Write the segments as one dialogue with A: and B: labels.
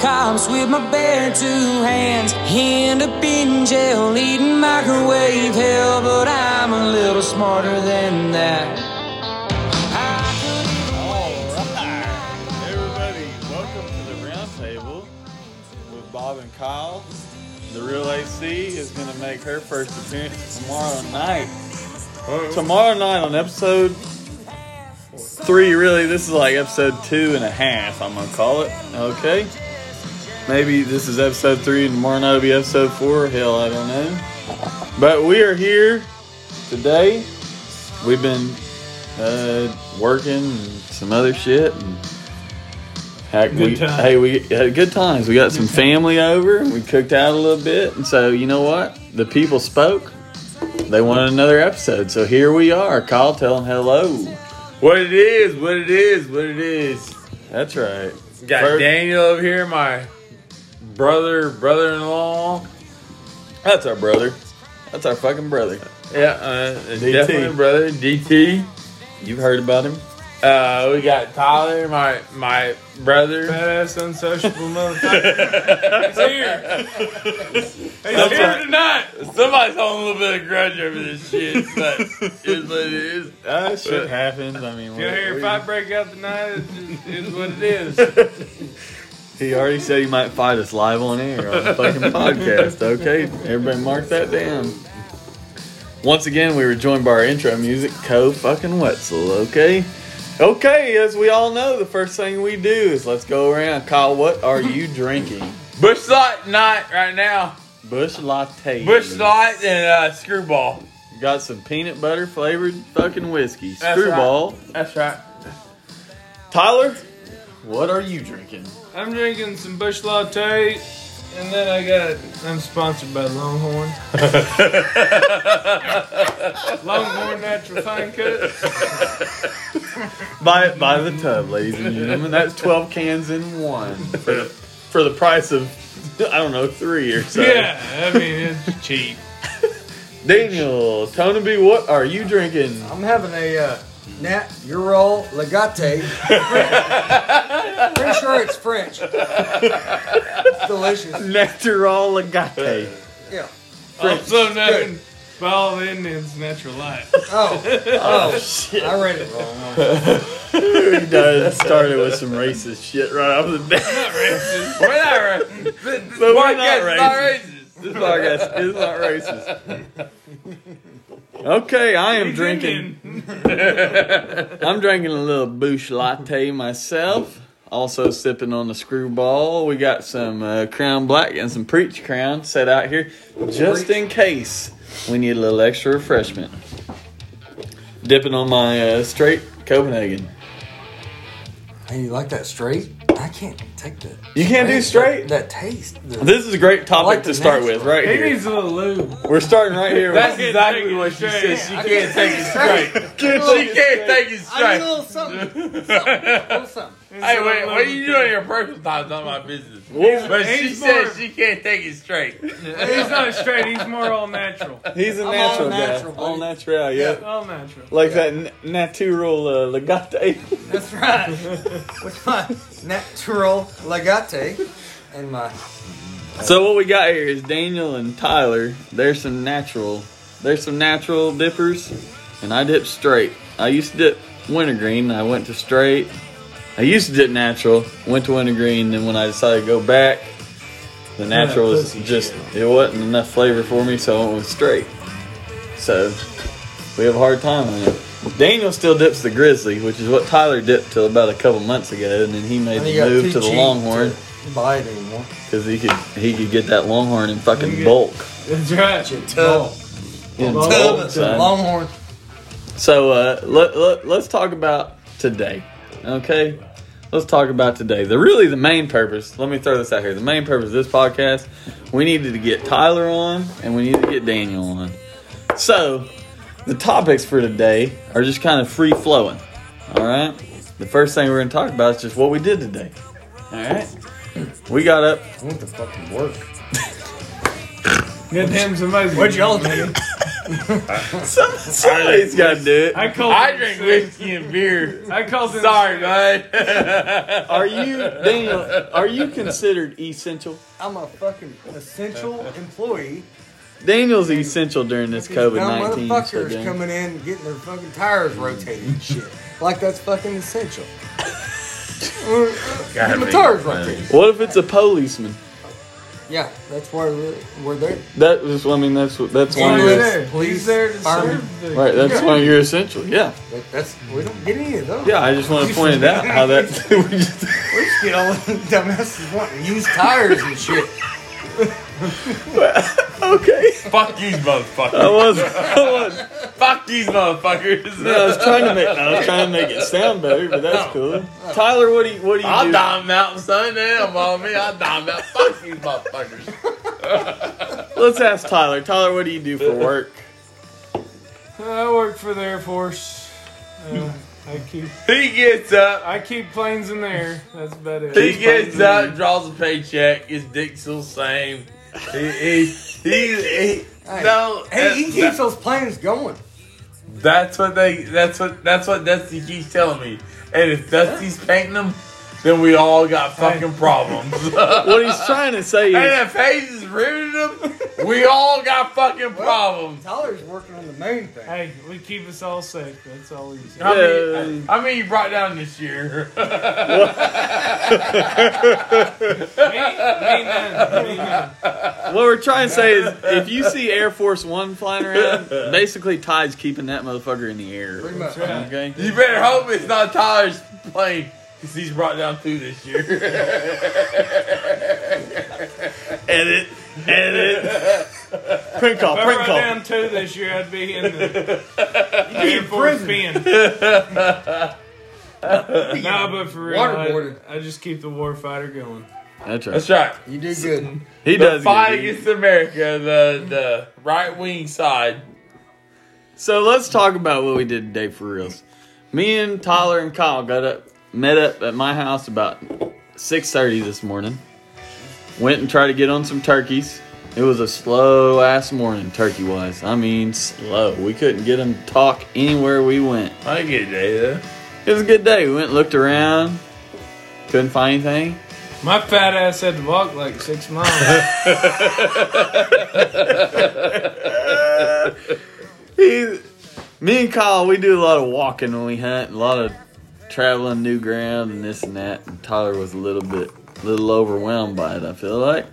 A: cops with my bare two hands. End up in jail eating microwave hell, but I'm a little smarter than that.
B: All right, everybody, welcome to the roundtable with Bob and Kyle. The real AC is going to make her first appearance tomorrow night. Tomorrow night on episode three, really, this is like episode two and a half, I'm going to call it. Okay. Maybe this is episode three and tomorrow night will be episode four. Hell, I don't know. But we are here today. We've been uh, working and some other shit. And heck, we,
C: times.
B: hey, we had good times. We got some family over. and We cooked out a little bit, and so you know what? The people spoke. They wanted another episode, so here we are. Kyle telling hello.
C: What it is, what it is, what it is.
B: That's right.
C: We got
B: First-
C: Daniel over here, my brother, brother-in-law.
B: That's our brother. That's our fucking brother.
C: Yeah, uh,
B: DT.
C: definitely a brother, DT.
B: You've heard about him.
C: Uh, we got Tyler, my my brother.
D: Badass unsociable motherfucker.
C: He's here. He's here tonight. Somebody's holding a little bit of grudge over this shit, but it's what it is.
B: Uh, shit happens. I mean,
D: You
B: what-
D: hear if
B: what
D: I
B: do
D: break out tonight, it just is what it is.
B: you- he already said he might fight us live on air on the fucking podcast. Okay, everybody, mark that down. Once again, we were joined by our intro music, Co fucking Wetzel. Okay, okay. As we all know, the first thing we do is let's go around. Kyle, what are you drinking?
C: Bush light night right now.
B: Bush latte.
C: Bush light and uh, screwball.
B: Got some peanut butter flavored fucking whiskey.
C: That's
B: Screwball.
C: That's right.
B: Tyler, what are you drinking?
D: I'm drinking some Bush Latte, and then I got. I'm sponsored by Longhorn. Longhorn Natural Fine Cut.
B: By by the tub, ladies and gentlemen. That's twelve cans in one for the, for the price of I don't know three or so.
D: Yeah, I mean it's cheap.
B: Daniel, Tonaby, what are you drinking?
E: I'm having a uh, Nat Ural Legate. Pretty sure it's French. It's delicious.
B: Natural Agate.
E: Yeah.
D: Also known by all the Indians, Natural Light.
E: Oh,
B: Oh shit!
E: I read it wrong.
B: He does started with some racist shit right off the bat.
C: We're not racist. This, this
B: But we're
C: podcast
B: not
C: is not
B: racist.
C: racist.
B: This podcast is not racist. Okay, I am drinking. I'm drinking a little Bush latte myself. Also sipping on the screwball. We got some uh, Crown Black and some Preach Crown set out here just in case we need a little extra refreshment. Dipping on my uh, straight Copenhagen.
E: Hey, you like that straight? I can't take that.
B: You can't do straight?
E: That, taste. The-
B: This is a great topic
E: like
B: to
E: the
B: start
E: natural.
B: with right
D: He
B: here.
D: needs a little lube.
B: We're starting right here.
C: That's
B: With,
D: can't take
C: exactly
D: it
C: what she
D: straight.
C: said. She can't take it straight. She can't take it
E: I need a
C: straight.
E: little something. something, a little something.
C: Hey, wait, what are you doing in your personal time? It's not my business. But she
D: he's
C: said
D: more-
C: she can't take it straight.
D: He's not straight. He's more all natural.
B: he's a
E: I'm all
B: natural guy.
E: natural,
B: all
E: buddy.
B: natural, yeah.
D: All natural.
B: Like that n- natural uh, legate.
E: That's right. With my Natural Legate and my.
B: so what we got here is Daniel and Tyler. There's some natural. There's some natural dippers, and I dip straight. I used to dip wintergreen. I went to straight. I used to dip natural. Went to wintergreen. Then when I decided to go back, the natural is just it wasn't enough flavor for me, so I went with straight. So we have a hard time on it. Daniel still dips the grizzly, which is what Tyler dipped till about a couple months ago, and then he made
E: and you
B: the
E: got
B: move
E: too
B: to the
E: cheap
B: longhorn.
E: to buy it anymore.
B: Cause he could he could get that longhorn in fucking bulk.
D: That's right.
E: Tub.
B: In
D: Bulk.
B: bulk,
E: Tub.
B: son.
E: Longhorn.
B: So uh, let, let let's talk about today. Okay, let's talk about today. The really the main purpose. Let me throw this out here. The main purpose of this podcast, we needed to get Tyler on and we needed to get Daniel on. So the topics for today are just kind of free flowing. All right. The first thing we're going to talk about is just what we did today. All right. We got up
E: I went to fucking work.
D: Goddamn, somebody's.
E: What'd y'all do?
B: Some, somebody's got to do it.
D: I called.
C: I drink whiskey and beer.
D: I called him.
C: Sorry, bud.
B: Are you Daniel? Are you considered essential?
E: I'm a fucking essential employee.
B: Daniel's essential during this
E: These
B: COVID
E: dumb
B: nineteen. So
E: motherfuckers
B: Daniel-
E: coming in, getting their fucking tires rotated and shit. Like that's fucking essential. Get my tires rotated.
B: what if it's a policeman?
E: Yeah, that's why we're, we're there.
B: That was. I mean, that's what. That's one of
D: He's
B: your.
D: there.
E: Please,
D: He's there to
E: army.
D: serve the.
B: Right. That's one of your essential. Yeah.
E: That, that's we don't get any of those.
B: Yeah. I just want to point it out how that. we just,
E: We just get all the dumbasses wanting used tires and shit.
B: okay.
C: Fuck these motherfuckers.
B: I was. I was.
C: Fuck these
B: I
C: motherfuckers.
B: was trying to make. I was trying to make it sound better, but that's cool. Tyler, what do you? What do you
C: I'll
B: do?
C: dime them out, son. They don't bother me. I'll dime them out. Fuck these motherfuckers.
B: Let's ask Tyler. Tyler, what do you do for work?
D: Uh, I work for the Air Force. Uh, I keep
C: He gets up.
D: I keep planes in the air. That's about it.
C: He gets up, draws a paycheck. His dick's still the same. He, he, he, he
E: Hey.
C: no. uh,
E: Hey, he
C: that-
E: keeps those planes going.
C: That's what they. That's what. That's what Dusty keeps telling me. And if Dusty's painting them, then we all got fucking problems. and
B: What he's trying to say is,
C: if Hayes is ruining them, we all got fucking problems.
E: Tyler's working on the main thing.
D: Hey, we keep us all safe. That's all we say.
C: I mean, I mean, you brought down this year.
D: Me- me none, me none.
B: what we're trying to say is, if you see Air Force One flying around, basically Ty's keeping that motherfucker in the air.
E: Pretty much.
B: Okay.
C: You better hope it's not Tyler's plane because he's brought down two this year.
B: Edit. Edit. Print call.
D: If I
B: Print
D: wrote
B: call.
D: down two this year, I'd be in the
E: You'd
D: Air
E: be
D: Force
E: prison.
D: pen. nah, but for real, I,
E: Waterboarded.
D: I just keep the warfighter going.
B: That's right.
C: That's right.
E: You do good.
B: He
C: The
B: does.
C: fight
B: get it.
C: against America, the the right wing side.
B: So let's talk about what we did today for reals. Me and Tyler and Kyle got up, met up at my house about six thirty this morning. Went and tried to get on some turkeys. It was a slow ass morning, turkey wise. I mean, slow. We couldn't get them to talk anywhere we went.
C: I get it,
B: It was a good day. We went and looked around, couldn't find anything.
D: My fat ass had to walk like six miles.
B: He, me and Kyle, we do a lot of walking when we hunt, a lot of traveling new ground and this and that. And Tyler was a little bit, little overwhelmed by it. I feel like,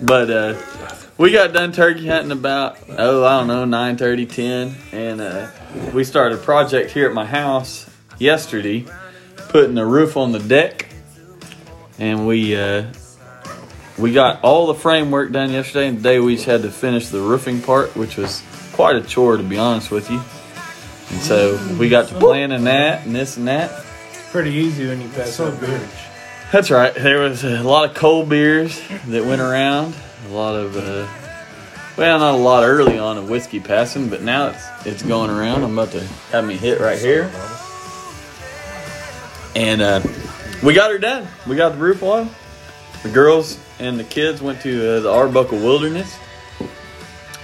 B: but uh, we got done turkey hunting about oh I don't know 9, 10, and uh, we started a project here at my house yesterday, putting a roof on the deck, and we. Uh, we got all the framework done yesterday, and today we just had to finish the roofing part, which was quite a chore to be honest with you. And so we got to planning that and this and that.
D: Pretty easy when you pass so good.
B: That's right. There was a lot of cold beers that went around. A lot of, uh, well, not a lot early on of whiskey passing, but now it's it's going around. I'm about to have me hit right here. And uh, we got her done. We got the roof on. The girls and the kids went to uh, the Arbuckle Wilderness.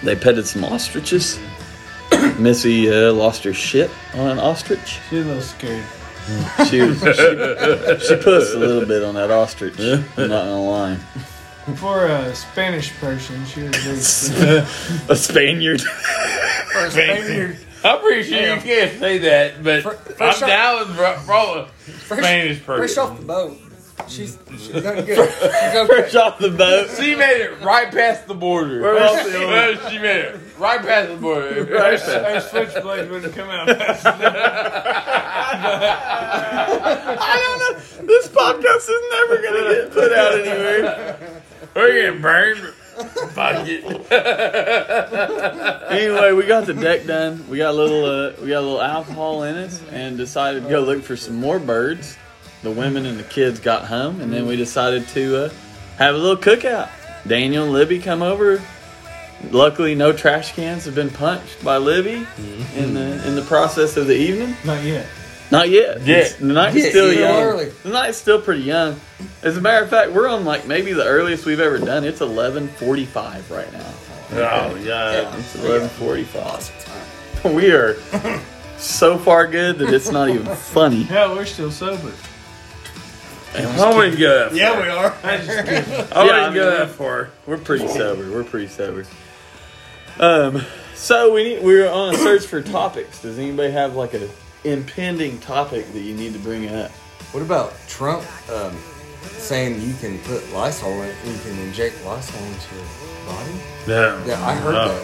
B: They petted some ostriches. Missy uh, lost her shit on an ostrich.
D: She's a little scared.
B: She, was, she, she pussed a little bit on that ostrich. I'm not gonna lie.
D: For a Spanish person, she was very scared.
B: A Spaniard.
E: First Spaniard,
C: I'm pretty sure you can't say that, but
E: Fr-
C: I'm
E: fresh off-
C: down with ro- rolling
E: fresh,
C: Spanish
E: fresh
C: person.
E: off the boat. She's she's done good. She's okay.
B: Fresh off the boat.
C: She made it right past the border.
B: Where was she?
C: Well, she made it right past the border.
B: Right past.
D: Our switchblade wouldn't come out fast enough.
B: I don't know. This podcast is never gonna get put out anywhere.
C: We're getting burned.
B: Oh,
C: Fuck it.
B: Anyway, we got the deck done. We got a little, uh, we got a little alcohol in us, and decided to go look for some more birds. The women and the kids got home, and then we decided to uh, have a little cookout. Daniel and Libby come over. Luckily, no trash cans have been punched by Libby in the in the process of the evening.
D: Not yet.
B: Not yet.
C: Yeah.
B: It's- The night's
E: Yeah,
B: still
E: still
B: young.
E: early.
B: The night's still pretty young. As a matter of fact, we're on like maybe the earliest we've ever done. It's eleven forty-five right now. Oh yeah, it's eleven forty-five. We are so far good that it's not even funny.
D: Hell, we're still sober.
C: I wouldn't go that far.
E: Yeah, we are.
D: I just get
C: I
B: Yeah,
C: wouldn't
B: I
C: go
B: mean,
C: that far.
B: We're pretty sober. We're pretty sober. Um, so we need, we're on a search for topics. Does anybody have like a impending topic that you need to bring up?
E: What about Trump um, saying you can put Lysol in, you can inject Lysol into your body?
C: No.
E: Yeah, I heard
C: Oh,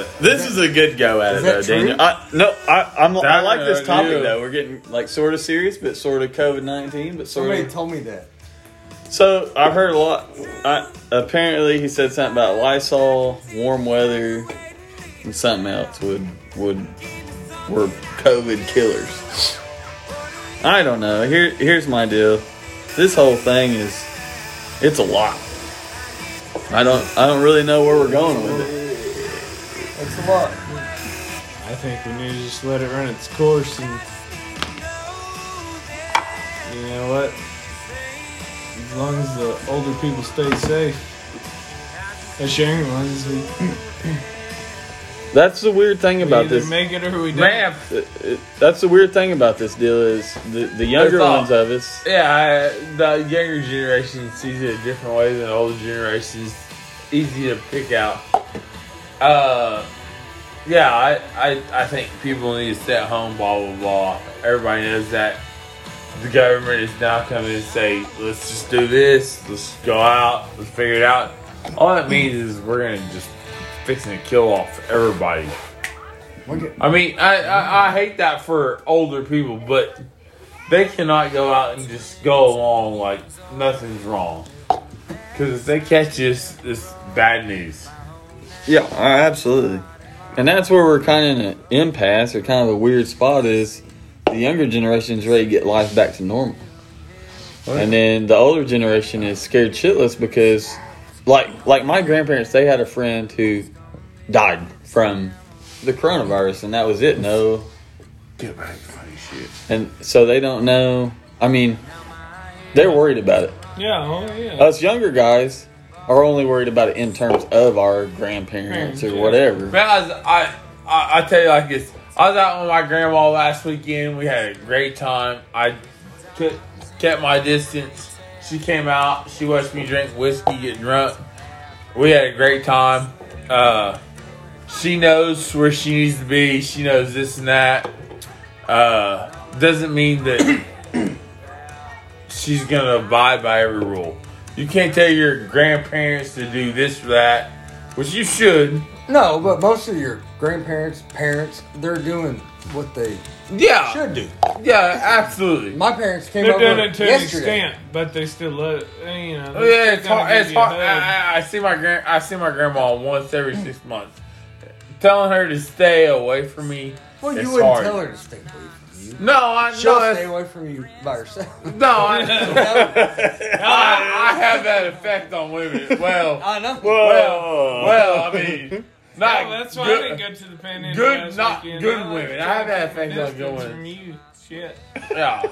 C: that.
B: This is a good go at
E: Is
B: it
E: that
B: though,
E: true?
B: Daniel. I, no, I, I'm, I
C: That
B: like this
C: I
B: topic
C: knew.
B: though. We're getting like sort of serious, but sort of COVID nineteen, but sort
E: Somebody
B: of.
E: told me that.
B: So I heard a lot. I, apparently, he said something about Lysol, warm weather, and something else would would were COVID killers. I don't know. Here, here's my deal. This whole thing is, it's a lot. I don't, I don't really know where we're going with it.
E: That's a lot.
D: I think we need to just let it run its course and. You know what? As long as the older people stay safe, that's the only ones we,
B: That's the weird thing
D: we
B: about
D: either
B: this.
D: make it or we don't.
C: Man,
B: it- it- that's the weird thing about this deal is the, the younger
C: It's all-
B: ones of us.
C: yeah, I, the younger generation sees it a different way than the older generation. It's easy to pick out. Uh, yeah, I, I, I think people need to stay at home, blah, blah, blah. Everybody knows that. The government is now coming and say, let's just do this, let's go out, let's figure it out. All that means is we're going to just fixing to kill off everybody. I mean, I, I, I hate that for older people, but they cannot go out and just go along like nothing's wrong. Because if they catch this, it's bad news.
B: Yeah, uh, absolutely. And that's where we're kind of in an impasse or kind of a weird spot is the younger generation is ready to get life back to normal. And then the older generation is scared shitless because like like my grandparents, they had a friend who died from the coronavirus and that was it. No
C: Get back, funny shit.
B: and so they don't know I mean they're worried about it.
D: Yeah, oh yeah.
B: Us younger guys are only worried about it in terms of our grandparents or whatever.
C: Man, I, was, I, I, I tell you like this. I was out with my grandma last weekend. We had a great time. I kept, kept my distance. She came out. She watched me drink whiskey, get drunk. We had a great time. Uh, she knows where she needs to be. She knows this and that. Uh, doesn't mean that she's gonna abide by every rule. You can't tell your grandparents to do this or that, which you should.
E: No, but most of your grandparents, parents, they're doing what they
C: Yeah.
E: should do.
C: Yeah, absolutely.
E: My parents came
D: They're
E: over
D: doing it to an
E: yesterday.
D: extent, but they still let it. You know,
C: Oh,
D: they're
C: yeah,
D: still
C: it's
D: gonna
C: hard.
D: give
C: It's
D: you a
C: hard.
D: hug.
C: I, I, I see my grand. I see my grandma once every six months. Telling her to stay away from me.
E: Well, you
C: it's
E: wouldn't
C: hard.
E: tell her to stay away from you.
C: No, I
E: She'll
C: know.
E: stay
C: that's-
E: away from you by herself.
C: No, I,
E: I
C: I, I have that effect on women. Well,
E: know.
C: well, well. I mean, not
D: Oh, that's why I
C: good.
D: didn't go to the panhandle.
C: good-
D: last
C: not
D: weekend.
C: good
D: I was
C: women. I have that thing
D: distance
C: on good women.
D: From you, shit.
C: yeah.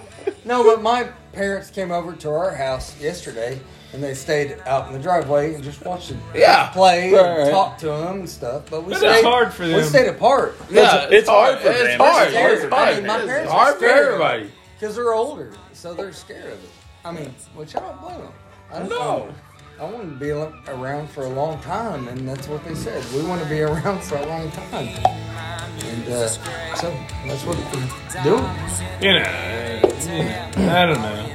E: No, but my parents came over to our house yesterday, and they stayed out in the driveway and just watched the
C: Yeah.
E: play
B: Right, right.
E: and talked to them and stuff. But we
D: But
E: stayed.
D: it's hard for
E: We
D: them.
E: stayed apart
C: Yeah,
B: it's hard for
C: It's
B: them.
C: hard.
E: They're
C: It's
E: scared.
C: hard.
E: I mean, my
C: It's
E: parents
C: hard
E: are
C: for
E: scared.
C: everybody.
E: because they're older, so they're scared of it. I mean, which I don't blame them. I don't
C: No.
E: I want to be al- around for a long time, and that's what they said. We want to be around for a long time, and uh, so that's what we're doing.
D: You know, uh, you know, I don't know.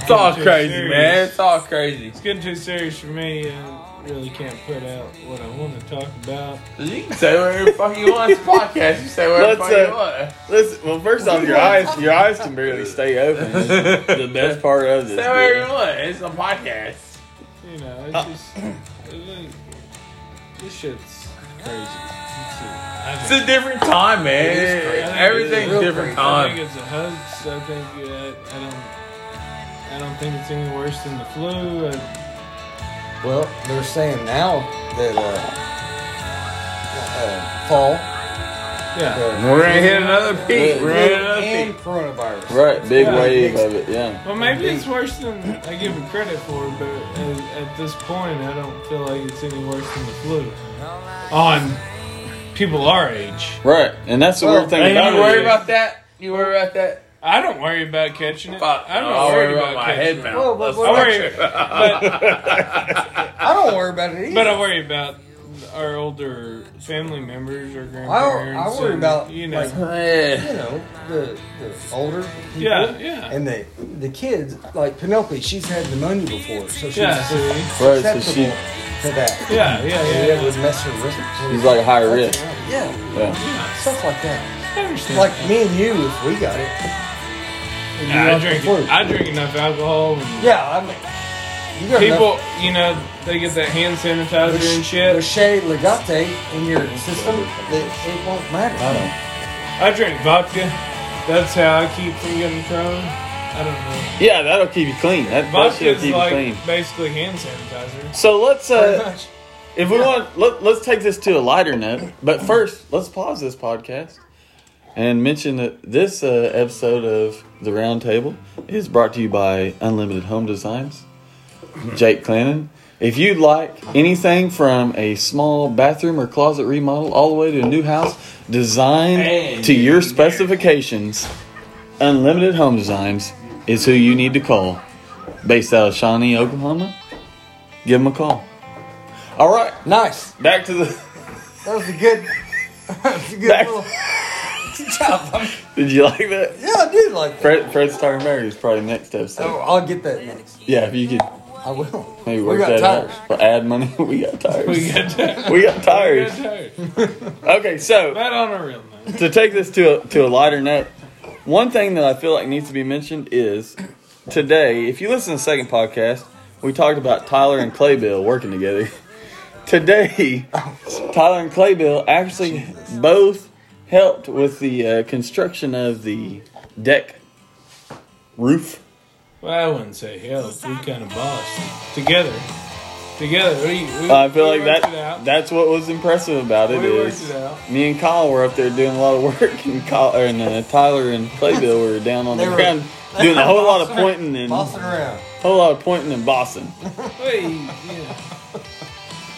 C: It's all
D: It's
C: crazy,
D: serious.
C: man. It's all crazy.
D: It's getting too serious for me. I really can't put out what I want to talk about.
C: You can say whatever the fuck you want. It's a podcast. You say whatever the
B: Let's,
C: fuck you
B: uh,
C: want.
B: Listen, well, first off, your eyes your eyes can barely stay open. is the best part of this.
C: Say whatever you
B: deal.
C: want. It's a podcast.
D: You know, it's just it- this shit's crazy. It's a-
C: It's a different time, man.
E: It is crazy.
C: Everything's
E: It is real
C: different
E: crazy.
D: I think
C: time.
D: it's a hoax. I think uh, I don't. I don't think it's any worse than the flu. I,
E: Well, they're saying now that uh, uh, fall
D: Yeah.
C: We're gonna hit another peak. We're gonna hit another
E: and
C: peak.
E: coronavirus.
B: Right, big
D: Yeah.
B: wave of it, yeah.
D: Well, maybe it's worse than I give it credit for, but at, at this point, I don't feel like it's any worse than the flu. On people our age,
B: Right, and that's the
E: Well,
B: weird thing
C: Hey,
B: about
C: you
B: it.
C: worry
B: is-
C: about that? You worry about that?
D: I don't worry about catching it.
C: Fuck.
D: I'm
C: no,
D: not
C: I
D: worried
C: worry
D: about,
C: about my
D: catching
C: head
D: it.
E: Well,
C: mount.
E: but
C: That's
E: what
D: I
C: what-
D: worry, but,
E: I don't worry about it either.
D: but I worry about our older family members or grandparents.
E: I worry
D: and,
E: about,
D: you know.
E: like,
C: Yeah.
E: you know, the, the older people.
D: yeah, yeah,
E: And the the kids, like Penelope, she's had pneumonia before, so she's
D: yeah. See,
B: Right, so
E: susceptible
B: she,
E: to that.
D: yeah, yeah,
E: And
D: yeah.
E: it would
D: yeah.
E: mess her wrist.
B: she's like high risk.
E: Yeah,
B: Yeah.
E: stuff like that.
D: I understand.
E: Like me and you, if we got it. if you
D: Nah, I
E: got the
D: drink.
E: flu.
D: I drink enough alcohol. And
E: Yeah, I mean, you got enough-
D: people, you know, they get that hand sanitizer and
E: There's
D: shit.
E: Shea Legate in your system, that it won't matter.
D: I drink vodka. That's how I keep from getting thrown. I don't know.
B: yeah, that'll keep you clean. That, that shit'll
D: Vodka's
B: keep
D: like
B: you clean.
D: basically hand sanitizer.
B: So let's
E: Pretty
B: uh,
E: much.
B: if we want, let, let's take this to a lighter note. But first, let's pause this podcast and mention that this uh, episode of the Roundtable is brought to you by Unlimited Home Designs. Jake Clannon. If you'd like anything from a small bathroom or closet remodel all the way to a new house designed
C: And
B: to your
C: you're
B: specifications, Unlimited Home Designs is who you need to call. Based out of Shawnee, Oklahoma, give them a call. All right,
E: Nice.
B: back to the.
E: That was a good. That was a good
B: Back-
E: little. Good job. I'm-
B: Did you like that?
E: yeah, I did like that.
B: Fred, Fred's Tire Mary is probably next
E: Oh,
B: episode.
E: I'll get that next.
B: Yeah, if you could
E: I will.
B: maybe
E: we
B: work
E: got
B: that
E: tires.
B: out. But add money. we got tires.
D: We got tired.
B: we got
D: We
B: tires.
D: got tired.
B: Okay, so
D: But on a real note,
B: to take this to a, to a lighter note, one thing that I feel like needs to be mentioned is today, if you listen to the second podcast, we talked about Tyler and Claybill working together. Today, Tyler and Claybill actually both helped with the uh, construction of the deck roof.
D: well, I wouldn't say hell. We kind of bossed together. Together, we. we
B: Uh, I feel
D: we
B: like
D: worked It
B: that
D: out.
B: that's what was impressive about it
D: We worked
B: is
D: it out.
B: me and Kyle were up there doing a lot of work and Kyle and uh, Tyler and Claybill were down on the
E: They were-
B: ground doing a whole lot of pointing and
E: Bossing around.
B: whole lot of pointing and bossing.
D: Hey, yeah.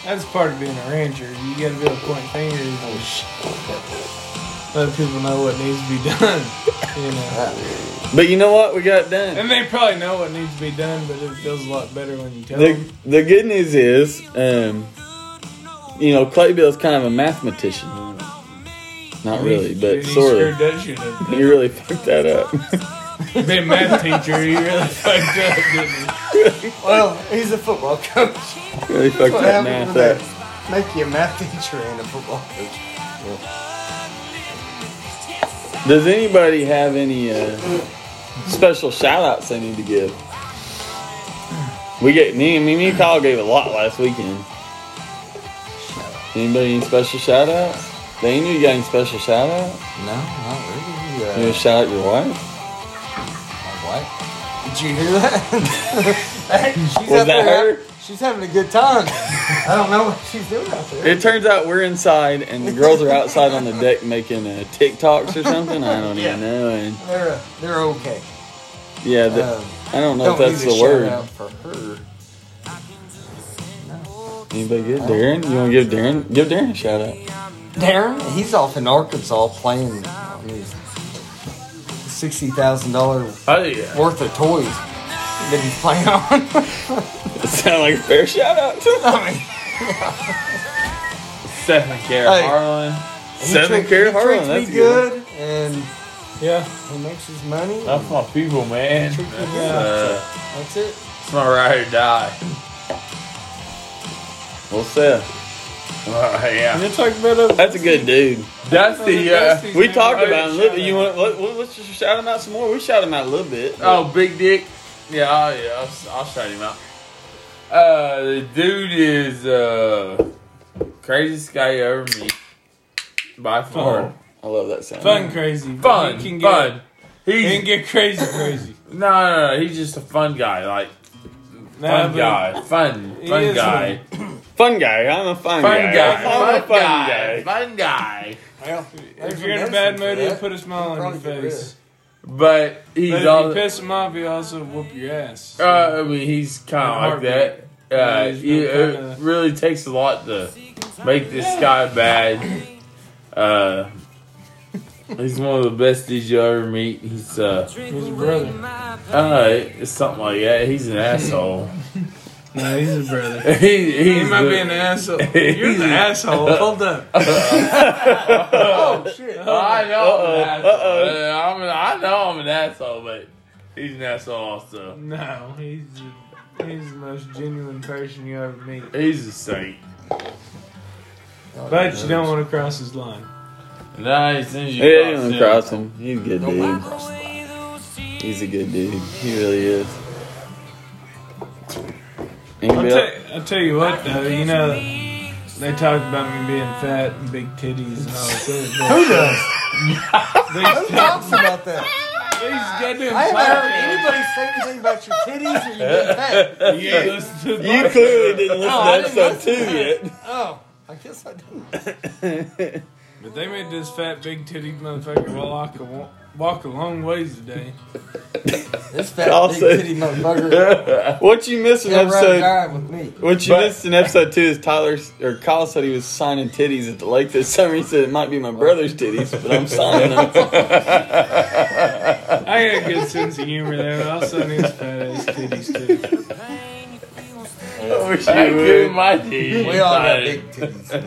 D: That's part of being a rancher. You gotta be able to point fingers
B: Oh,
D: and let people know what needs to be done. You know.
B: But you know what? We got it done.
D: And they probably know what needs to be done, but it feels a lot better when you tell
B: The
D: them.
B: the good news is, um, you know, Claybill's kind of a mathematician. Not really,
D: he
B: but
D: sure
B: sort of.
D: does. You know.
B: You really fucked that up.
D: Being a math teacher, you really fucked up, didn't you?
E: Well, he's a football coach.
B: really fucked
E: What
B: that math
E: happened to that?
B: up.
E: Make you a math teacher and a football coach.
B: Does anybody have any uh, special shout outs they need to give? We get me, me, me and Kyle gave a lot last weekend. Anybody any special shout outs? Dana, you got any special shout outs?
E: No, not really.
B: You want to shout out your wife?
E: What? Did you hear that? she's
B: Was that
E: out there-
B: her?
E: She's having a good time. I don't know what she's doing out there.
B: It turns out we're inside and the girls are outside on the deck making uh, TikToks or something. I don't
E: Yeah.
B: even know. And
E: They're uh, they're okay.
B: yeah, the,
E: Um,
B: I don't know if
E: don't
B: that's
E: need a
B: the word.
E: Shout out for her.
B: Anybody good? Darren, you want to give Darren give Darren a shout out?
E: Darren, he's off in Arkansas playing on his sixty thousand dollar
C: Oh yeah.
E: worth of toys that he's playing on.
B: That sound like a fair shout out.
E: I mean,
C: Seven Garrett
E: Hey.
C: Harlan.
E: he
B: Seven
E: treat-
B: carat
E: he
B: Harlan,
E: treats
B: that's
E: me
B: good. Oh.
E: good, and
D: Yeah.
E: he makes his money.
C: That's my people, man.
E: Treat me
C: That's,
E: good.
C: uh,
E: That's it.
C: that's my ride or die.
B: Well said.
C: Uh, yeah.
D: You talk about other
B: That's a good dude.
C: Dusty. Uh,
B: We talked about him. Look, You want? Let, let- let's just shout him out some more. We shout him out a little bit.
C: oh, Big Dick. Yeah, I'll, yeah. I'll, I'll shout him out. Uh, the dude is uh craziest guy you ever meet by far.
B: I love that sound.
D: fun crazy. but
C: Fun,
D: Oh. He can get,
C: fun.
D: He
C: He's
D: can get crazy crazy.
C: No, no, no, he's just a fun guy. Like
D: Nah,
C: Fun
D: but
C: guy. Fun.
D: He
C: Fun
D: is
C: guy.
B: Fun guy. I'm a fun,
C: Fun guy.
B: I'm a
C: Fun guy. Fun guy.
E: Well,
D: If
E: there's
D: you're in a
E: medicine
D: bad
E: for
D: mood,
E: that.
D: it'll put a smile on
E: Probably
D: your
E: get rid of
D: face.
E: it.
C: But
D: But if
C: he's
D: you
C: all.
D: piss him off, he'll also whoop your ass.
C: Uh, I mean, he's kind of like
D: Heartbeat.
C: that.
D: Yeah,
C: Uh,
D: he's
C: you-
D: been
C: it
D: kinda-
C: really takes a lot to make this guy bad. Uh, he's one of the best DJs you ever meet. He's uh,
D: He's a brother.
C: uh, it's something like that. He's an asshole.
D: No, he's a brother.
C: he, he's
D: He might
C: the-
D: be an asshole. You're the asshole. Hold
C: Uh,
D: up.
E: Oh shit!
C: I know.
D: Uh-oh,
C: I'm an asshole. Uh, I'm an, I know I'm an asshole, but he's an asshole also.
D: No, he's the, he's the most genuine person you ever meet.
C: He's a saint.
D: But you don't want to cross his line.
C: Nah, he sends you.
B: Yeah, you don't
C: him.
B: cross him. He's a good
E: Don't let him
B: dude.
E: cross the line.
B: He's a good dude. He really is.
D: I'll,
B: Anybody else?
D: tell- I'll tell you what, though, you know, they talk about me being fat and big titties and all that
E: Who
D: other
E: does?
D: stuff.
E: Who talks about that?
D: These goddamn
E: I haven't
D: podcasts.
E: heard anybody say anything about your titties or your big fat.
D: You listen to the
B: You clearly didn't listen
E: No, I
B: to
E: didn't
B: episode two
E: listen to
B: yet.
E: Oh, I guess I didn't.
D: But they made this fat, big titty motherfucker walk a, wa- walk a long ways today.
E: This fat
B: Also-
E: big titty motherfucker
B: What you missed in
E: got around
B: episode?
E: dying with me.
B: What you missed in episode two is Tyler or Kyle said he was signing titties at the lake this summer. He said it might be my brother's titties, but I'm signing them.
D: I got a good sense of humor there, but also these fat ass titties too.
B: I wish
C: I
B: you
C: grew
B: would.
C: my teeth.
E: We all got big titties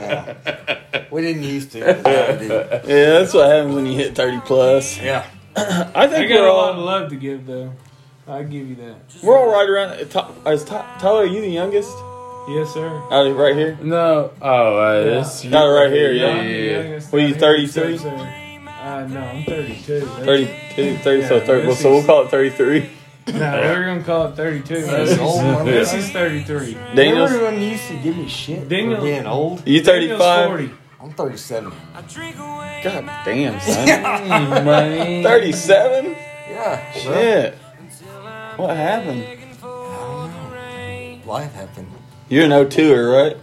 E: now. We didn't used to. but now we do.
B: Yeah, that's what happens when you hit 30 plus.
E: Yeah.
B: I
D: I
B: think
D: got
B: we're
D: a lot of
B: all
D: love to give though. I give you that.
B: we're all right around. uh, Ty- Is Ty- Tyler, are you the youngest?
D: Yes, sir.
B: Out of right here.
C: No. Oh, uh, this.
B: Got it right here.
C: Yeah,
B: Yeah.
D: I'm the
C: yeah, yeah.
D: youngest
B: What are you,
D: out here,
B: 33?
D: sir. Uh, no, I'm 32. That's-
B: 32, 30, so
D: Yeah,
B: 30, well,
D: this
B: so we'll
D: is-
B: call it 33.
D: No, we're gonna call it 32.
E: That's
D: This is-
E: old.
D: This is 33.
B: Daniels,
E: Remember when you used to give me shit
D: Daniel-
E: for being old?
B: you 35?
D: Daniel's 40.
E: I'm 37.
B: God damn, son. 37?
E: Yeah. Well,
B: Shit. What happened?
E: life happened.
B: You're an 02er, right?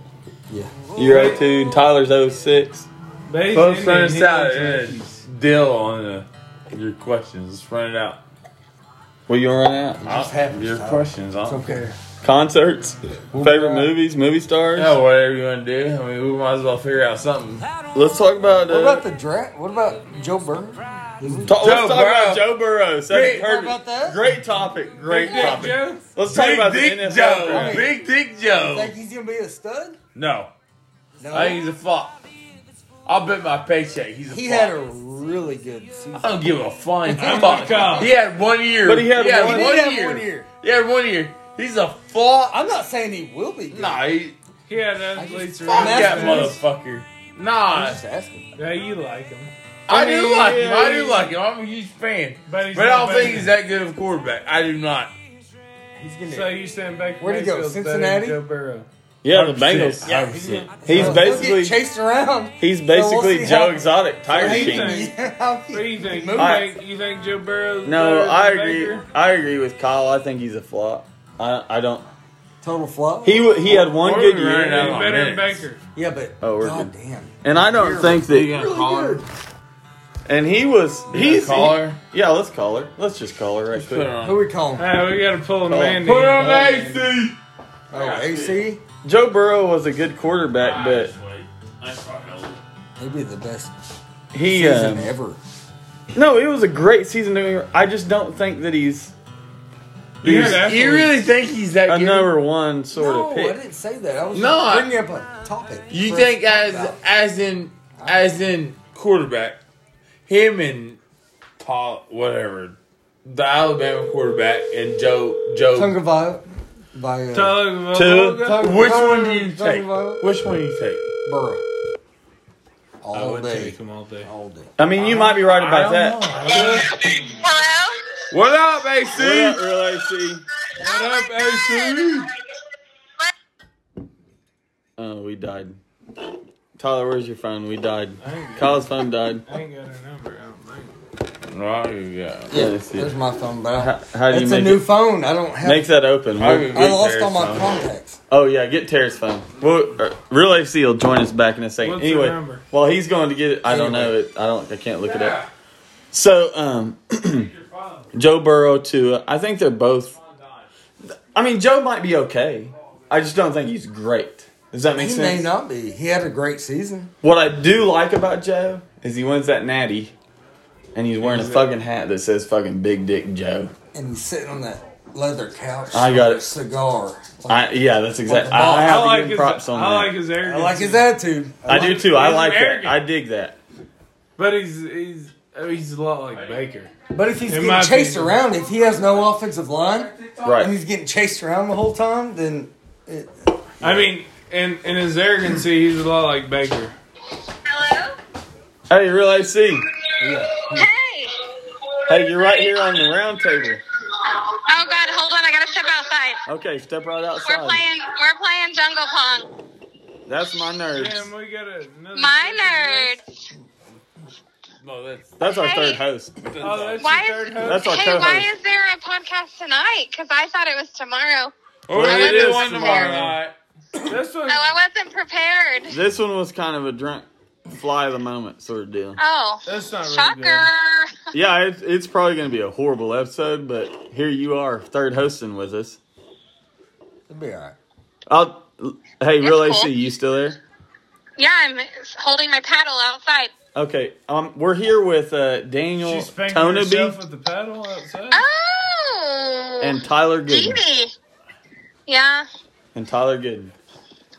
E: Yeah.
B: You're 02, and Tyler's 06.
D: But he's
C: Folks,
D: Indian,
C: run us
D: he
C: out.
D: likes
C: uh,
D: monkeys.
C: Deal on the, your questions. Let's run it out.
B: Well, you run out.
E: Just happens,
C: Your
E: Tyler.
C: questions.
E: It's
C: Huh?
E: okay.
B: Concerts, favorite
E: uh,
B: movies, movie stars.
C: Yeah, whatever you want to do. I mean, we might as well figure out something.
B: Let's talk about. Uh,
E: What about the draft? What about Joe Burrow? Is he-
B: ta- let's
C: Joe
B: talk about
C: Burrow.
B: Joe Burrow. Second,
C: Great.
B: third-
E: Talk about that?
B: Great topic. Great
D: Big Dick
B: topic.
D: Joe?
B: Let's talk about the NFL. draft.
C: Big Dick
E: Think he's gonna be a stud?
C: No,
E: No.
C: I think he's a flop. I'll bet my paycheck he's a
E: he
C: flop.
E: had a really good season.
C: I don't give a flying
D: I'm
C: fuck.
D: gonna call.
C: He had one year.
B: But he had one-
E: He did have one year.
C: He had one year. He's a flop.
E: I'm not saying he will be. Good.
C: Nah, he,
D: He had athletes
C: fuck
D: around.
C: that
E: That's
D: his face.
C: motherfucker.
E: I'm
C: Nah,
E: just asking.
D: Yeah, you like him.
C: I do
B: mean,
C: like him. I do
B: yeah.
C: like him. I'm a huge fan.
D: But he's
C: But I
D: not
C: don't think
D: better.
C: he's that good of a quarterback. I do not.
E: He's gonna.
D: So you stand back.
E: Where'd he go? Cincinnati?
D: Joe Burrow.
B: Yeah, the
C: 100%.
B: Bengals.
E: Oh, Yeah,
C: 100%.
B: He's
E: he'll- Oh. he'll
B: basically
E: get chased around.
B: he's
E: So we'll
B: basically
E: see
B: Joe
E: how-
B: Exotic, Tiger
D: What do you
B: King.
D: think?
E: Yeah, I'll
D: What do you think? You,
E: Alright.
D: think, you think Joe Burrow's
B: No,
D: better
B: I
D: than
B: agree.
D: Baker?
B: I agree with Kyle. I think he's a flop. I I don't.
E: Total flop.
B: He w- he had one
C: Or
B: good
C: we ran
B: year,
C: out.
D: He's
C: on
D: better than
C: minutes.
D: Baker.
E: yeah, but
B: Oh, we're
E: god
B: good.
E: damn.
B: and I don't think that
C: gonna call her?
B: and he was he's
C: call her?
B: Yeah, let's call her. Let's just call her right
C: Put it
B: quick.
C: on.
E: Who we calling?
D: Alright, we gotta pull a
B: Oh.
D: man.
C: Put on
D: in.
C: AC.
E: Oh, AC.
B: Joe Burrow was a good quarterback, but
E: He'd be the best
B: he
E: season
B: um,
E: ever.
B: no, it was a great season. I just don't think that he's
D: You had
C: You,
D: athletes.
C: you really think he's that
B: a
C: good?
B: number one sort
E: No,
B: of
E: I
B: pick.
E: didn't say that. I was
C: No, I-
E: just bringing up a topic.
C: You
E: for-
C: think as as in as in quarterback, him and Paul whatever, the Alabama quarterback and Joe Joe.
E: Tongue by by uh,
D: Tyler
B: Two.
D: Vogel?
E: Tongue-
C: which
E: Tongue-
C: one do you
E: Tongue
C: take?
E: by-
C: Which one do you take?
E: Burrow.
D: I
E: All
D: would
E: day.
D: take him all day.
E: All day.
B: I mean, you might be right about
C: I don't
B: that.
F: Hello?
C: What up, AC?
B: What up, Real AC?
F: What
C: up, AC?
B: Oh, we died. Tyler, where's your phone? We died. Kyle's phone died.
D: I ain't got a number. I don't think.
C: Well, yeah.
E: Yeah,
B: Let me see.
E: there's my phone, but I,
B: How- how do you
E: it's a
B: make
E: new
B: it-
E: phone. I don't have.
B: Make that open.
C: I
B: We'll-
C: can
E: I
C: get
E: lost
C: there,
E: all my
C: son.
E: contacts.
B: Oh yeah, get Tara's phone. Well, uh, Real AC will join us back in a second.
D: What's her
B: anyway,
D: number?
B: while he's going to get it, I don't
E: Anyway.
B: know it. I don't. I can't look it up. So, um, Joe Burrow to I think they're both. I mean, Joe might be okay. I just don't think he's great. Does that make
E: He may
B: sense?
E: not be. He had a great season.
B: What I do like about Joe is he wins that natty, and he's wearing a fucking hat that says "fucking Big Dick Joe."
E: and he's sitting on that leather couch.
B: I got
E: with a
B: it.
E: Cigar. Like,
B: I yeah, that's exactly.
E: ball.
B: I, I
D: I
B: have to
D: like
B: give him
D: his.
B: props on
D: I
B: that.
D: like his
E: I,
D: arrogance.
E: like his attitude.
B: I do too. I
D: He's
B: like that.
D: arrogant.
B: I dig that.
D: but he's he's I mean, he's a lot like Baker.
E: But if he's
D: In my
E: getting chased
D: opinion.
E: around, if he has no offensive line,
B: Right.
E: and he's getting chased around the whole time, then it,
D: I mean, and in his arrogancy, he's a lot like Baker.
F: Hello?
B: Hey, Real AC.
F: Hey!
B: Hey, you're right here on the round table.
F: Oh god, hold on, I gotta step outside.
B: Okay, step right
F: We're
B: outside.
F: playing we're playing jungle pong.
B: That's my nerds.
D: Damn, we got another.
F: My nerds.
C: No, that's
B: That's our
F: Hey.
B: third host.
D: Oh, that's
F: Why
D: your third
F: is-
D: host.
B: That's our
F: Hey, why
B: co-host.
F: is there a podcast tonight? Because I thought it was tomorrow.
D: Or
F: I
D: it
F: wonder
D: is
F: what's
D: one tomorrow
F: tomorrow.
D: night. This one.
F: Oh, I wasn't prepared.
B: This one was kind of a drunk fly of the moment sort of deal.
F: Oh,
D: That's not really
F: shocker.
D: good.
B: Yeah, it's, it's probably going to be a horrible episode, but here you are, third hosting with us.
E: it'll be all right.
B: I'll, hey,
F: That's
B: Real
F: cool.
B: AC, you still there?
F: Yeah, I'm holding my paddle outside.
B: Okay, um, we're here with uh, Daniel
D: She's spanking herself
B: Tonaby
D: with the paddle outside.
F: Oh!
B: and Tyler Gooden.
F: Jamie. Yeah.
B: And Tyler Gooden.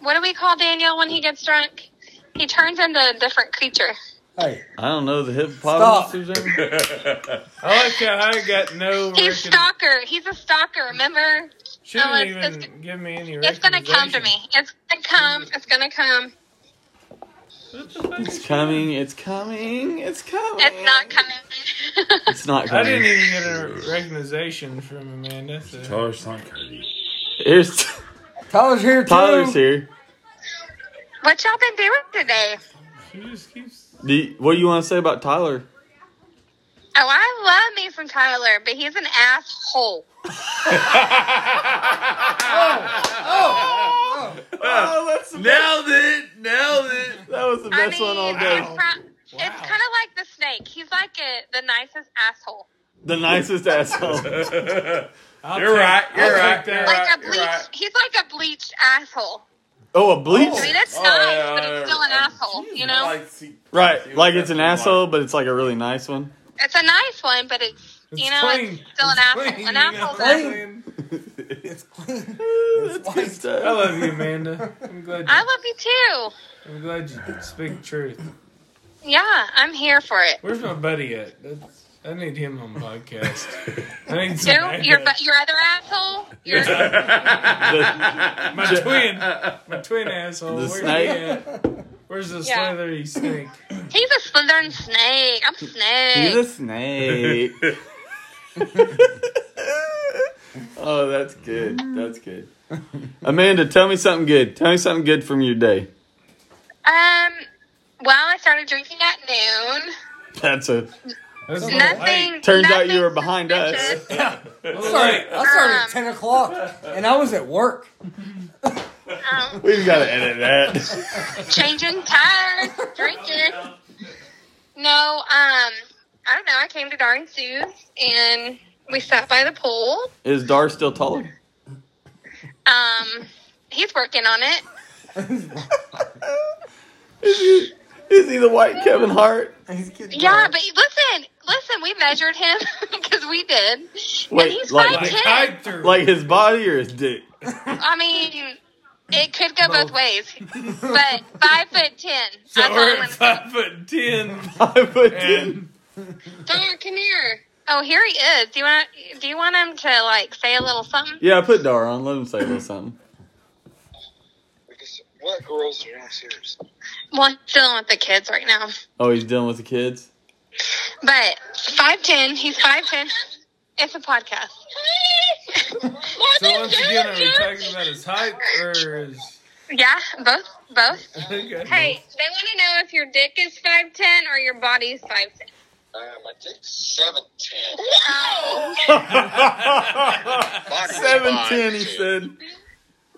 F: What do we call Daniel when he gets drunk? He turns into a different creature.
E: Hey,
B: I don't know the hippopotamus or something.
D: I like how I got no.
F: He's
D: recognition.
F: stalker. He's a stalker. Remember?
D: She
F: No,
D: didn't
F: Oh, it's-
D: even give me any.
F: It's gonna come to me. It's gonna come. It's gonna come.
B: It's coming, it's coming, it's coming.
F: It's not coming.
B: It's not
D: I
B: coming.
D: didn't even get a recognition from Amanda. So.
C: Tyler's not Cody.
B: Here's
E: Tyler's here too.
B: Tyler's here.
F: what y'all been doing today?
D: She just keeps.
B: Do you- what do you want to say about Tyler?
F: Oh, I love me some Tyler, but he's an asshole.
B: Oh, that's
C: Nailed it! Nailed it!
B: that was the
F: I
B: best one all day.
F: he's pro- It's kind of like the snake. He's like a, the nicest asshole.
B: The nicest asshole.
D: I'll
C: You're
D: take-
C: right,
D: I'll
C: you're
D: take
C: right,
D: that.
C: you're
F: Like
C: right, you're
F: a bleached.
C: right.
F: He's like a bleached asshole.
B: Oh, a bleach.
F: I mean, it's nice, but it's still an asshole. You know,
B: Right, like it's an asshole, but it's like a really nice one.
F: it's a nice one, but it's,
D: It's
F: you know,
D: clean.
F: it's still an asshole.
D: clean,
F: An
D: you know.
F: asshole's
E: Clean.
F: asshole.
E: It's clean.
B: That's good
D: I
B: stuff.
D: love you, Amanda. I'm glad.
F: I
D: You,
F: love you too.
D: I'm glad you speak truth.
F: Yeah, I'm here for it.
D: Where's my buddy at? That's, I need him on podcast. I need some
F: Who? Your
D: backup.
F: bu- your other asshole? Your,
B: The,
D: my twin, my twin asshole.
B: The
D: Where's
B: snake?
D: he at? Where's the
F: Yeah.
D: slithery snake?
F: he's a slithering snake. I'm a
B: he's a
F: snake.
B: snake. oh, that's good. That's good. Amanda, tell me something good. Tell me something good from your day.
F: Um. Well, I started drinking at noon.
B: That's a.
D: That's
F: Nothing.
B: Turns out
F: nothing
B: you were behind us.
F: suspicious.
E: Sorry, I started
F: Um,
E: at ten o'clock, and I was at work.
F: Um,
B: We've got to edit that.
F: changing tires, drinking. No. Um. I don't know. I came to Darn Sue's and we sat by the pool.
B: Is Dar still taller?
F: Um. He's working on it.
B: Is he, is he the white Kevin Hart?
E: He's getting
F: Yeah,
E: dark.
F: but listen, listen. We measured him because we did,
B: Wait,
F: and he's
B: like-
F: five ten.
D: I threw.
B: Like his body or his dick?
F: I mean, it could go both ways, but five foot ten.
D: so
F: That's all
D: we're
F: I'm
D: at
F: gonna say.
D: five foot ten.
B: I put
D: And
F: Dar, come here. Oh, here he is. Do you want? Do you want him to like say a little something?
B: Yeah, I put Dar on. Let him say a little something.
G: What girls are downstairs?
F: Well, he's dealing with the kids right now,
B: Oh, he's dealing with the kids.
F: but five ten. He's five ten. It's a podcast.
D: so once again, are we talking about his height or his?
F: yeah, both, both.
D: Okay.
F: Hey, they want to know if your dick is five ten or your body's five ten.
G: Um, I think seven ten.
F: Wow.
B: Seven ten, he said.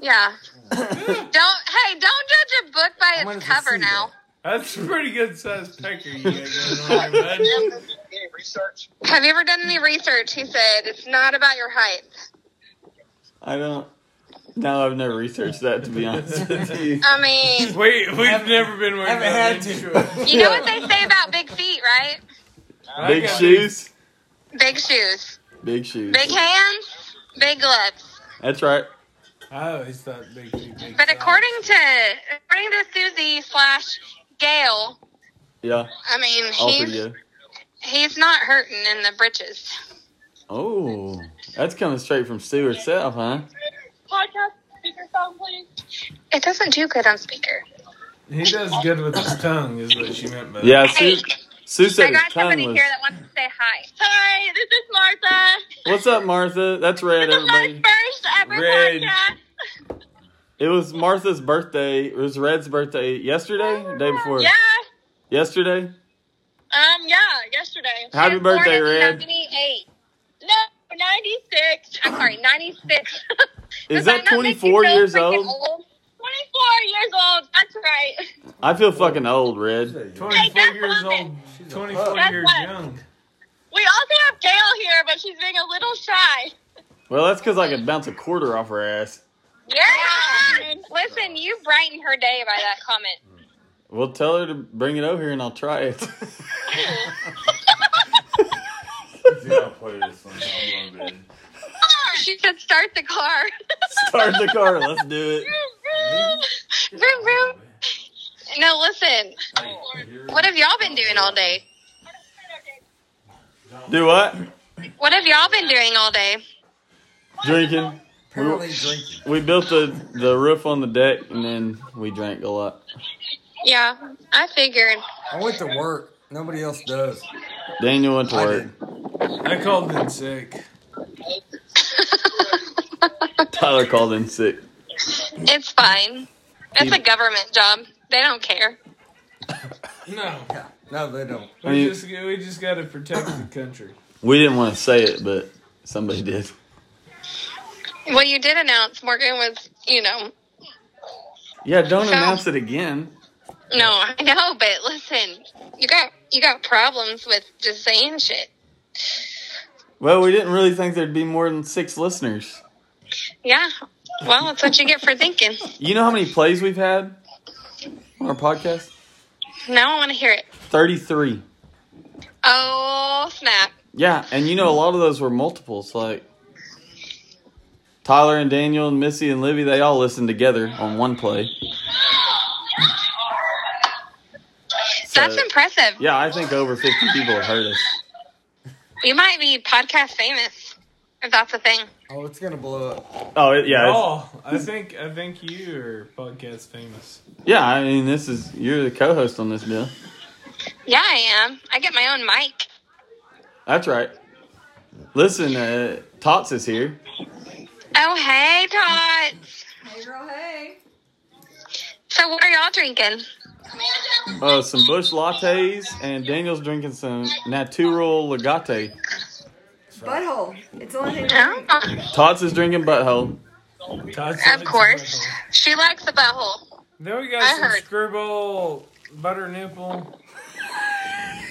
F: Yeah. don't hey, don't judge a book by
E: wanted
F: its
E: to
F: cover
E: see
F: now.
D: That's a pretty good sized pecker you got going on there, bud.
G: Any research?
F: Have you ever done any research? He said it's not about your height.
B: I don't. No, I've never researched that to be honest with you.
F: I mean,
D: We we've never been worried
E: haven't
D: about
E: had
D: it.
F: you know what they say about big feet, right?
B: Big shoes,
F: Big shoes,
B: big shoes.
F: big hands, big gloves.
B: That's right.
D: I always thought big feet. big
F: But
D: size.
F: according to according to Susie slash Gail,
B: Yeah,
F: I mean
B: all pretty
F: he's
B: good.
F: he's not hurting in the britches.
B: Oh, that's coming straight from Sue herself, huh?
F: Podcast speakerphone, please. It doesn't do good on speaker.
D: he does good with his tongue, is what she meant by that.
B: Yeah, Sue. Sue
F: I
B: said his
F: got
B: tongue
F: somebody
B: was.
F: here that wants to say hi. Hi, this is Martha.
B: What's up, Martha? That's red,
F: This is my
B: everybody.
F: first ever
B: Red.
F: podcast.
B: It was Martha's birthday. It was Red's birthday yesterday, the day before.
F: Oh, Yeah.
B: Yesterday.
F: Um. Yeah. Yesterday.
B: Happy
F: She was born
B: birthday,
F: in
B: Red.
F: Seventy-eight. No, ninety-six. I'm sorry, ninety-six.
B: Is
F: Does
B: that
F: not make you
B: 24
F: feel
B: years
F: freaking
B: old?
F: Twenty-four years old. That's right.
B: I feel fucking old, Red.
F: Hey,
D: 24
F: that's
D: years
F: what-
D: old. 24
F: That's
D: years
F: what-
D: young.
F: We also have Gail here, but she's being a little shy.
B: Well, that's because I could bounce a quarter off her ass.
F: Yeah. Listen, you brighten her day by that comment.
B: Well, tell her to bring it over here and I'll try it.
F: She said, "Start the car."
B: Start the car. Let's do it.
F: vroom, vroom. No, listen. What have y'all been doing all day?
B: Do what?
F: What have y'all been doing all day?
B: Drinking.
E: Apparently drinking.
B: We built the, the roof on the deck and then we drank a lot.
F: Yeah, I figured.
E: I went to work. Nobody else does.
B: Daniel went to
E: I
B: work.
E: did.
D: I called in sick.
B: Tyler called in sick.
F: it's fine. It's a government job. They don't care.
D: No.
E: Yeah. No, they don't.
D: We
B: mean-
D: just we just got to protect the country.
B: We didn't want to say it, but somebody did.
F: Well, you did announce Morgan was, you know,
B: Yeah, don't announce it again.
F: no, I know, but listen, you got you got problems with just saying shit.
B: Well, we didn't really think there'd be more than six listeners.
F: Yeah. Well, that's what you get for thinking.
B: You know how many plays we've had on our podcast?
F: Now I want to hear it.
B: 33.
F: Oh snap!
B: Yeah, and you know, a lot of those were multiples. Like Tyler and Daniel and Missy and Livy, they all listened together on one play. So,
F: That's impressive.
B: yeah, I think over 50 people have heard us.
F: You might be podcast famous if that's a thing.
E: Oh, it's gonna blow up.
B: Oh, it- yeah. it's-
D: Oh, I think I think you are podcast famous.
B: Yeah, I mean, this is, you're the co host on this deal.
F: Yeah, I am. I get my own mic.
B: That's right. Listen, uh, Tots is here.
F: Oh hey, Tots.
H: Hey girl, hey.
F: So what are y'all drinking?
B: Uh, some Bush lattes, and Daniel's drinking some natural latte.
H: Butthole. It's the only thing.
F: Oh,
B: Tots is drinking butthole.
D: Todd's
F: of course. She likes the butthole.
D: Then we got
F: I
D: some
F: heard.
D: screwball butter nipple. I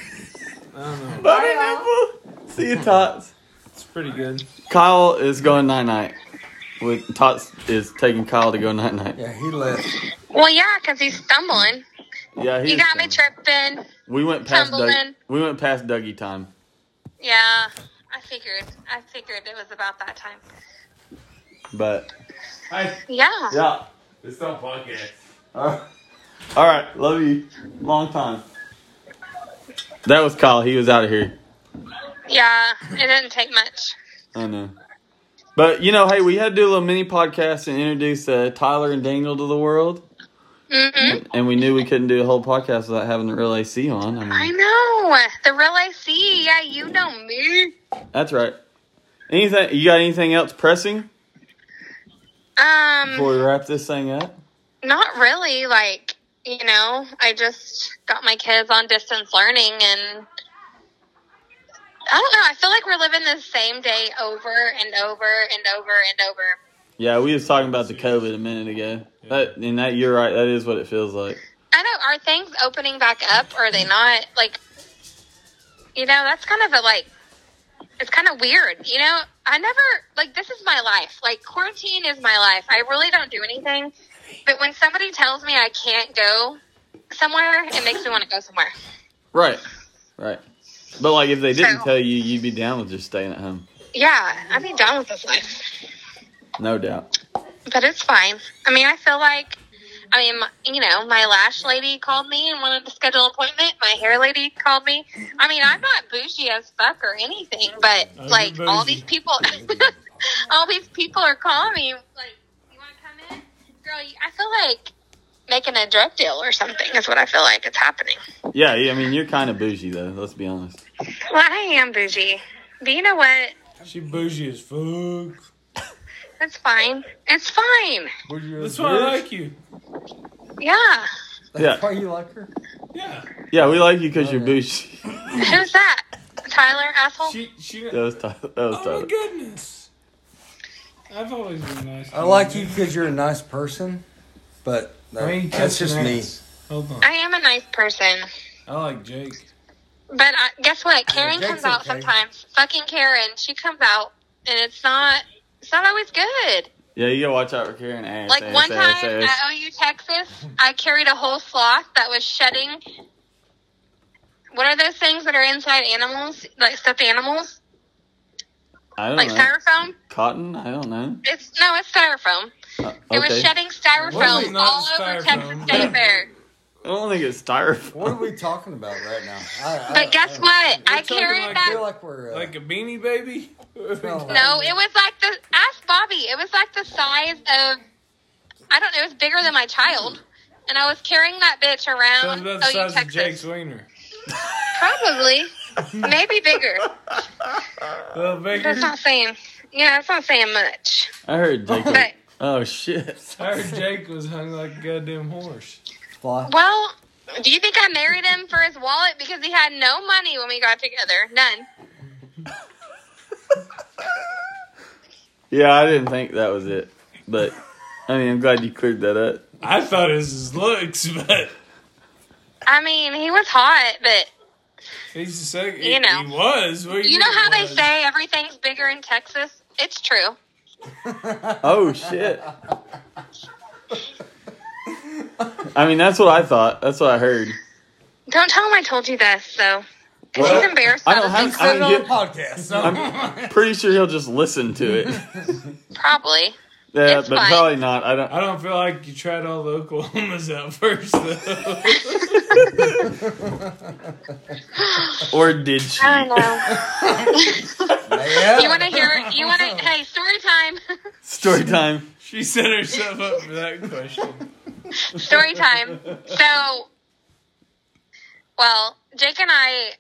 D: don't know.
B: Butter nipple. See you, Tots.
D: It's pretty good.
B: Kyle is going night night. With Tots is taking Kyle to go night night.
E: Yeah, he left.
F: Well, yeah, 'cause he's stumbling.
B: Yeah, he
F: You
B: is
F: got me
B: coming.
F: tripping.
B: We went past
F: tumbled
B: Doug-
F: in.
B: we went past Dougie time.
F: Yeah, I figured. I figured it was about that time.
B: But
F: Yeah.
B: yeah,
C: It's not podcast.
B: Uh, all right, love you. Long time. That was Kyle. He was out of here.
F: Yeah. It didn't take much.
B: I know. But you know, hey, we had to do a little mini podcast and introduce uh, Tyler and Daniel to the world,
F: Mm-hmm.
B: and we knew we couldn't do a whole podcast without having the real AC on. I
F: I
B: mean,
F: know. The real AC. Yeah, you know me.
B: that's right. Anything you got? Anything else pressing
F: Um,
B: before we wrap this thing up?
F: not really. Like, you know, I just got my kids on distance learning and I don't know. I feel like we're living the same day over and over and over and over.
B: Yeah, we was talking about the COVID a minute ago. That and that you're right. That is what it feels like.
F: I know. Are things opening back up? Or are they not? Like, you know, that's kind of a like. It's kind of weird, you know. I never like this is my life. Like quarantine is my life. I really don't do anything. But when somebody tells me I can't go somewhere, it makes me want to go somewhere.
B: Right, right. But like, if they didn't
F: So-
B: tell you, you'd be down with just staying at home,
F: Yeah, I'd be done with this life.
B: no doubt.
F: But it's fine. I mean, I feel like, I mean, my- you know, my lash lady called me and wanted to schedule an appointment. My hair lady called me. I mean, I'm not bougie as fuck or anything, but
D: Oh, you're
F: like all
D: bougie.
F: these people, all these people are calling me. Like, you want to come in, girl? you- I feel like making a drug deal or something is what I feel like it's happening.
B: Yeah, yeah, I mean, you're kind of bougie though. Let's be honest.
F: Well, I am bougie, but you know what?
D: She bougie as fuck.
F: That's fine. It's fine.
D: That's why I like you.
F: Yeah.
B: Yeah,
E: Why you like her?
D: Yeah.
B: yeah, we like you because you're bougie.
F: Who's that? Tyler, asshole.
D: She she.
B: That was tough. That was
D: Oh my
B: tough.
D: goodness. I've always been nice. to
E: I like you because you're a nice person, but that-
D: I mean,
E: that's just me.
D: Hold on.
F: I am a nice person.
D: I like Jake.
F: But I, guess what? Karen
E: Jake's
F: comes out
E: okay.
F: sometimes. Fucking Karen, she comes out, and it's not. It's not always good.
B: Yeah, you gotta watch out for Karen ass.
F: Like
B: ass,
F: one
B: ass,
F: time
B: ass.
F: at OU Texas, I carried a whole sloth that was shedding. What are those things that are inside animals? Like stuffed animals,
B: I don't
F: uh, like
B: know.
F: styrofoam.
B: Cotton? I don't know.
F: It's no, it's styrofoam.
B: Uh,
F: It was
B: okay.
F: shedding
D: Well,
F: styrofoam
D: not
F: all over
D: styrofoam.
F: Texas State Fair.
B: I don't think it's styrofoam.
E: What are we talking about right now? I, I,
F: But
B: Uh,
F: guess what? I
D: talking
F: carried
D: like
F: that
E: I feel like we're uh,
D: Like a beanie baby.
E: No.
D: Um,
F: No, it was like the ask Bobby. It was like the size of I don't know. It was bigger than my child, and I was carrying that bitch
D: Sounds
F: around.
D: about the
F: Oh, you
D: size of Jake's
F: Texas,
D: wiener.
F: probably, maybe bigger.
D: A little bigger.
F: That's not saying. Yeah, that's not saying much.
B: I heard Jake. was-
F: But
B: Oh shit.
D: I heard Jake was hung like a goddamn horse.
E: fly.
F: well, do you think I married him for his wallet because he had no money when we got together? None.
B: Yeah, I didn't think that was it, but I mean, I'm glad you cleared that up.
D: I thought it was his looks, but
F: I mean, he was hot, but
D: he's just like,
F: You know.
D: he was. What do
F: you know
D: mean
F: how they
D: was?
F: say everything's bigger in Texas. It's true.
B: Oh shit. I mean, that's what I thought. That's what I heard.
F: Don't tell him I told you this, though. 'Cause
B: Well,
F: he's embarrassed.
B: I
F: about
B: don't
F: it.
B: have. I
E: on
B: don't
E: a
B: get,
E: podcast. So
B: I'm pretty sure he'll just listen to it.
F: Probably.
B: Yeah,
F: It's
B: but
F: fine.
B: probably not. I don't.
D: I don't feel like you tried all the Oklahomas out first, though.
B: Or did she?
F: I know.
E: yeah.
F: You want to hear? You want to? Hey, story time.
B: Story time.
D: she set herself up for that question.
F: story time. So, well, Jake and I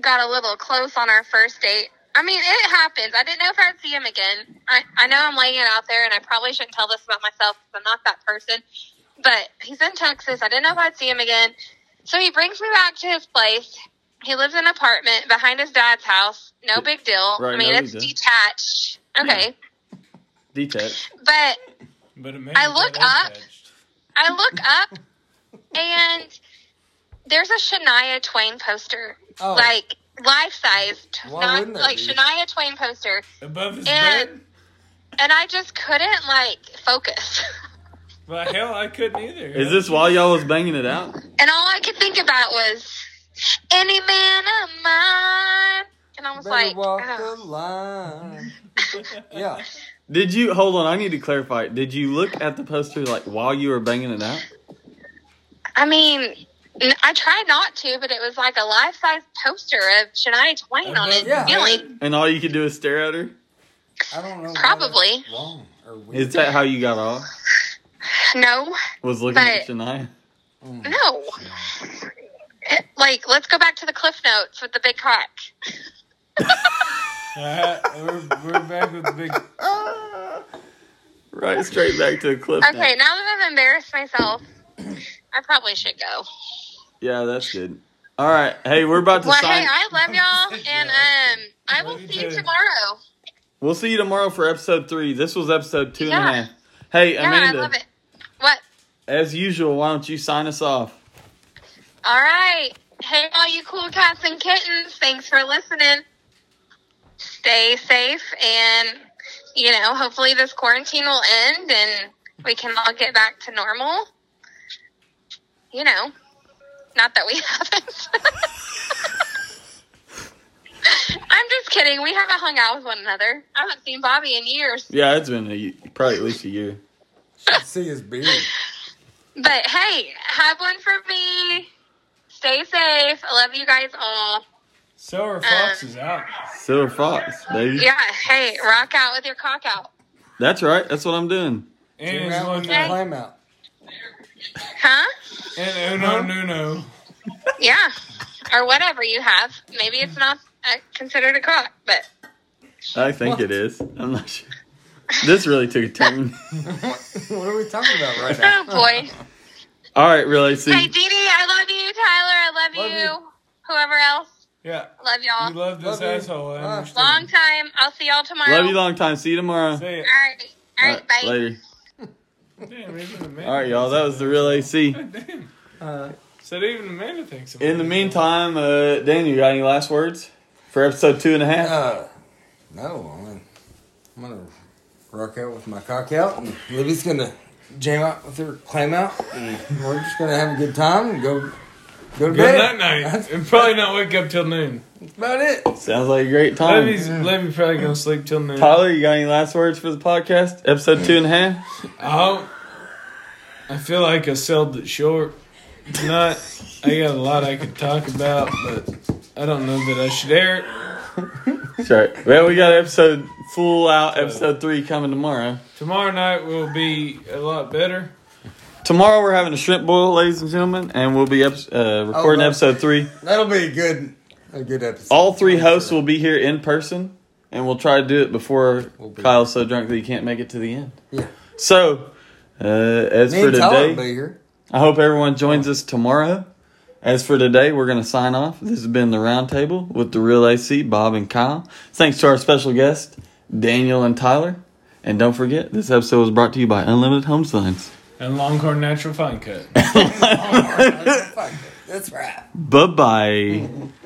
F: got a little close on our first date. I mean, it happens. I didn't know if I'd see him again. I, I know I'm laying it out there, and I probably shouldn't tell this about myself because I'm not that person. But he's in Texas. I didn't know if I'd see him again. So he brings me back to his place. He lives in an apartment behind his dad's house. No big deal.
B: Right,
F: I mean,
B: no
F: it's
B: big deal.
F: detached. Okay.
B: Detach.
F: But
D: But it made
F: I
D: me
F: look
D: get
F: up.
D: untouched.
F: I look up and there's a Shania Twain poster,
E: Oh.
F: like life size, t-
E: Why
F: not
E: wouldn't there
F: like
E: be?
F: Shania Twain poster,
D: Above his
F: And-
D: bed?
F: and I just couldn't like focus.
D: Well, hell, I couldn't either.
B: Is this while y'all was banging it out?
F: and all I could think about was any man of mine, and I was
E: Better
F: like,
E: walk
F: oh.
E: the line. yeah.
B: Did you hold on? I need to clarify. Did you look at the poster like while you were banging it out?
F: I mean. n- I tried not to, but it was like a life-size poster of Shania Twain on his
E: Uh-huh. Yeah.
F: ceiling.
B: And all you could do is stare at her?
E: I don't know. why
F: Probably.
E: that's Wrong or weird.
B: Is that how you got off?
F: No,
B: Was looking at
F: But-
B: Shania?
F: No. Like, let's go back to the cliff notes with the big cock.
D: Alright, Uh, we're, we're back with the big.
B: Right straight back to a cliff. note.
F: Okay, now that I've embarrassed myself, I probably should go.
B: Yeah, that's good. All right. Hey, we're about to
F: Well,
B: sign.
F: hey, I love y'all, and um, I will see you tomorrow.
B: we'll see you tomorrow for episode three. This was episode two and a half.
F: Yeah.
B: Hey,
F: Yeah,
B: Amanda,
F: I love it. What?
B: as usual, why don't you sign us off?
F: All right. Hey, all you cool cats and kittens. Thanks for listening. Stay safe, and, you know, hopefully this quarantine will end and we can all get back to normal. You know, not that we haven't. I'm just kidding. We haven't hung out with one another. I haven't seen Bobby in years.
B: Yeah, it's been a, ye- probably at least a year.
E: Should see his beard.
F: But hey, have one for me. Stay safe. I love you guys all.
D: Silver
F: Um,
D: Fox is out.
B: Silver Fox, baby.
F: Yeah, hey, rock out with your cock out.
B: That's right. That's what I'm doing.
D: And
E: Came
D: it's
E: out with
D: looking
E: the clam out.
F: Huh?
D: and Uno Nuno.
F: Yeah. Or whatever you have. Maybe it's not uh, considered a cock, but
B: I think it is. I'm not sure. This really took a turn.
E: What are we talking about right now?
F: oh boy.
B: All right, really. See.
F: hey, Dee Dee, I love you. Tyler, I love,
D: Love
F: you.
D: you.
F: Whoever else,
D: Yeah.
F: love
D: You
F: y'all.
D: love this
E: Love you.
D: asshole.
B: Uh-huh.
D: I
E: Bye.
D: understand.
F: Long time. I'll see y'all tomorrow.
B: Love you long time. See you tomorrow.
D: Say it.
F: All right. All right, bye.
B: Later.
D: Damn, even Amanda.
B: All right, y'all. That was the real AC.
D: Damn. Said even Amanda thinks.
B: In the
D: Amanda.
B: meantime, uh, Daniel, you got any last words for episode two and a half?
E: Uh, no, I'm gonna, I'm gonna rock out with my cock out, and Libby's gonna jam out with her clam out, and we're just gonna have a good time and go go to
D: Good night,
E: bed.
D: night.
E: That's
D: And probably not wake up till noon.
E: about it.
B: Sounds like a great time.
D: Levy's Levy probably gonna sleep till noon.
B: Oh, Tyler, you got any last words for the podcast? Episode two and a half?
D: Oh, I feel like I sold it short. If Not. I got a lot I could talk about, but I don't know that I should air it.
B: That's right. Well, we got episode full out, episode three coming tomorrow.
D: Tomorrow night will be a lot better.
B: Tomorrow we're having a shrimp boil, ladies and gentlemen, and we'll be eps uh, recording
E: no.
B: episode three.
E: That'll be a good a good episode.
B: All three hosts will be here in person, and we'll try to do it before
E: be-
B: Kyle's so drunk that he can't make it to the end.
E: Yeah.
B: So, uh, as
E: Me
B: for
E: and Tyler will
B: today,
E: be here.
B: I hope everyone joins us tomorrow. As for today, we're going to sign off. This has been the roundtable with the real AC, Bob and Kyle. Thanks to our special guest, Daniel and Tyler. And don't forget, this episode was brought to you by Unlimited Home Signs.
D: And Longhorn Natural Fine Cut.
E: Fuck, That's right.
B: Bye bye.